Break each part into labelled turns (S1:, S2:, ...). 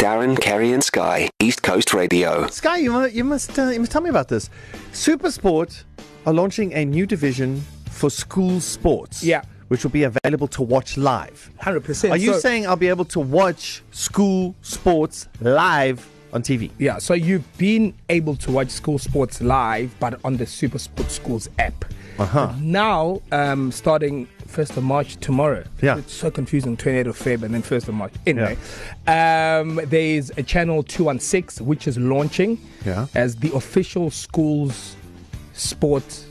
S1: Darren, Kerry, and Sky, East Coast Radio.
S2: Sky, you, mu- you must uh, you must tell me about this. Supersport are launching a new division for school sports.
S3: Yeah.
S2: Which will be available to watch live.
S3: Hundred percent.
S2: Are you saying I'll be able to watch school sports live on TV?
S3: Yeah, so you've been able to watch school sports live, but on the Super Sport Schools app.
S2: Uh-huh.
S3: But Now, um, starting 1st of March tomorrow.
S2: Yeah.
S3: It's so confusing, 28th of Feb and then 1st of March. Anyway, um, there's a channel 216 which is launching
S2: Yeah.
S3: as the official school's sports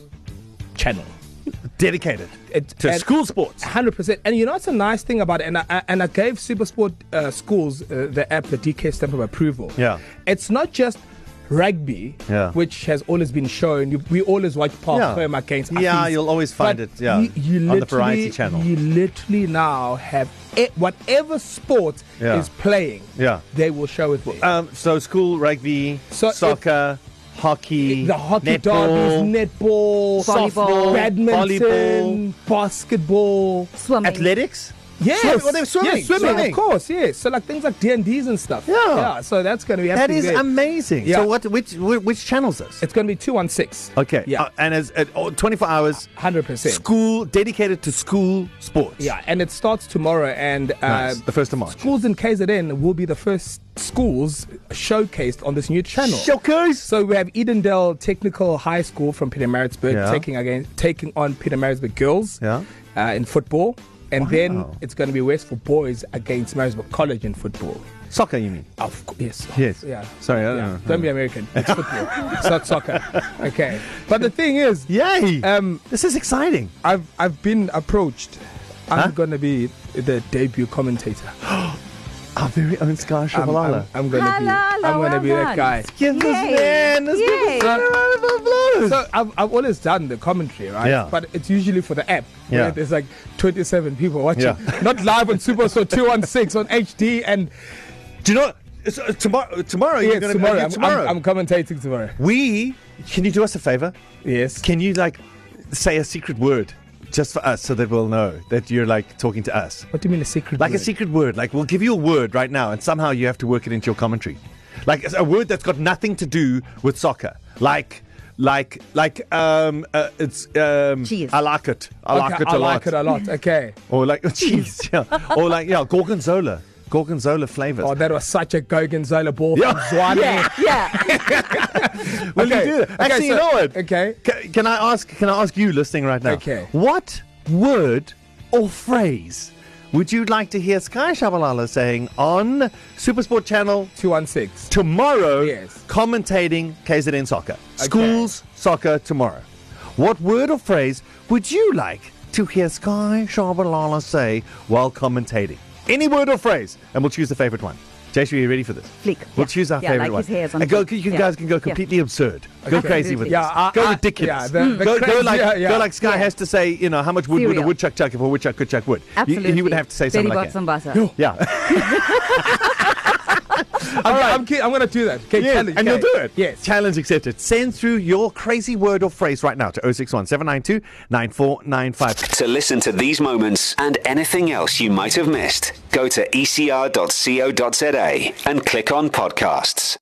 S3: channel.
S2: Dedicated
S3: It-
S2: to
S3: and-
S2: school sports.
S3: Hundred percent, and you know it's a nice thing about it. And I- I, and I gave SuperSport uh, schools uh, the app the DK stamp of approval.
S2: Yeah.
S3: it's not just rugby,
S2: Yeah.
S3: which has always been shown. You, we always watch Park
S2: Yeah.
S3: Ferm against.
S2: Yeah,
S3: Uppies.
S2: you'll always find
S3: But
S2: it, yeah,
S3: you, you
S2: on the variety
S3: literally-
S2: channel.
S3: You literally now have e- whatever sport
S2: Yeah.
S3: is playing.
S2: Yeah.
S3: they will show it. There.
S2: Um, so school rugby,
S3: So if-
S2: soccer, hockey,
S3: the hockey
S2: netball,
S3: derbies, netball,
S2: softball,
S3: badminton, basketball.
S4: Swimming.
S2: athletics.
S3: Yes.
S2: Swim- oh, they're swimming,
S3: Yeah, swimming,
S2: swimming.
S3: of course. Yes. So like things like D and D's and stuff.
S2: Yeah.
S3: Yeah. So that's going to be
S2: That
S3: absolutely
S2: is
S3: great.
S2: amazing.
S3: Yeah.
S2: So what? Which which, which channels this?
S3: It's going to be two one six.
S2: Okay.
S3: Yeah.
S2: Uh, and as at oh, 24 hours,
S3: Hundred percent.
S2: school dedicated to school sports.
S3: Yeah. And it starts tomorrow. And uh,
S2: Nice. the first of March.
S3: schools in KZN will be the first schools showcased on this new channel.
S2: Showcase.
S3: So we have Edendale Technical High School from Peter Maritzburg
S2: Yeah.
S3: taking against taking on Peter Maritzburg girls
S2: Yeah.
S3: uh, in football. And then
S2: Wow.
S3: it's going to be West for boys against Maritzburg College in football.
S2: Soccer, you mean?
S3: Of course, yes.
S2: Yes.
S3: Yeah.
S2: Sorry, I don't
S3: Yeah.
S2: know.
S3: Don't be American. It's football. it's not soccer. Okay. But the thing is,
S2: Yay!
S3: um,
S2: this is exciting.
S3: I've I've been approached. I'm
S2: Huh?
S3: gonna be the debut commentator.
S2: Our very own Sky
S3: I'm, I'm,
S2: Shabalala.
S3: I'm gonna be.
S4: Halala,
S3: I'm gonna
S4: well
S3: be that
S4: done.
S3: guy.
S2: Give Um, this
S4: Yay.
S2: man, this
S4: Yay.
S2: man a round of applause.
S3: So I've, I've always done the commentary, right?
S2: Yeah.
S3: But it's usually for the app.
S2: Yeah.
S3: Where there's like 27 people watching.
S2: Yeah.
S3: Not live on Super Store 216 on HD and
S2: Do you know? It's, uh, tomorrow, tomorrow
S3: yeah,
S2: you're going to
S3: tomorrow. I'm,
S2: tomorrow.
S3: I'm, I'm commentating tomorrow.
S2: we can you do us a favor?
S3: Yes.
S2: Can you like say a secret word just for us so that we'll know that you're like talking to us?
S3: What do you mean a secret?
S2: Like
S3: word?
S2: a secret word. Like we'll give you a word right now, and somehow you have to work it into your commentary. Like a word that's got nothing to do with soccer. Like, like, like. Um, uh, it's um.
S4: Cheese.
S2: I like it. I
S3: Okay,
S2: like it a
S3: I
S2: lot.
S3: like it a lot. Okay.
S2: Or like cheese. Yeah. or like yeah, gorgonzola. Gorgonzola flavors.
S3: Oh, that was such a Gorgonzola ball
S2: Yeah.
S3: from Zwane.
S4: yeah.
S2: Will
S3: okay.
S2: you do that?
S3: Okay,
S2: Actually, you
S3: so-
S2: know what?
S3: okay.
S2: Ca- can I ask? Can I ask you listening right now?
S3: Okay.
S2: What word or phrase would you like to hear Sky Shabalala saying on Supersport Channel
S3: 216.
S2: tomorrow?
S3: Yes.
S2: Commentating KZN soccer, schools soccer tomorrow. What word or phrase would you like to hear Sky Shabalala say while commentating? Any word or phrase, and we'll choose the favorite one. Jason, are you ready for this?
S4: Flick.
S2: We'll
S4: Yeah.
S2: choose our
S4: Yeah,
S2: favorite
S4: like
S2: one.
S4: his hair's on
S2: And go,
S4: fleek.
S2: you
S4: Yeah.
S2: guys can go
S4: Yeah.
S2: completely absurd. Go
S3: Okay.
S2: crazy with
S4: Yeah,
S2: this.
S3: I-
S2: go
S3: I-
S2: ridiculous.
S3: yeah, the- the
S2: go, go
S3: crazy-
S2: like
S3: yeah, yeah.
S2: go like Sky
S4: Yeah.
S2: has to say. You know how much wood would a
S4: Cereal.
S2: woodchuck chuck if a woodchuck could chuck wood? He-
S4: Absolutely.
S2: He, would have to say something
S4: Betty
S2: like
S4: Bots and
S2: that.
S4: Bassa.
S2: Yeah.
S3: I'm, I'm, ki- I'm going to do that. Okay,
S2: Yes,
S3: challenge.
S2: And
S3: okay.
S2: you'll do it.
S3: Yes.
S2: Challenge accepted. Send through your crazy word or phrase right now to 061 792 9495.
S1: To listen to these moments and anything else you E might have missed, go to ecr.co.za and click on podcasts.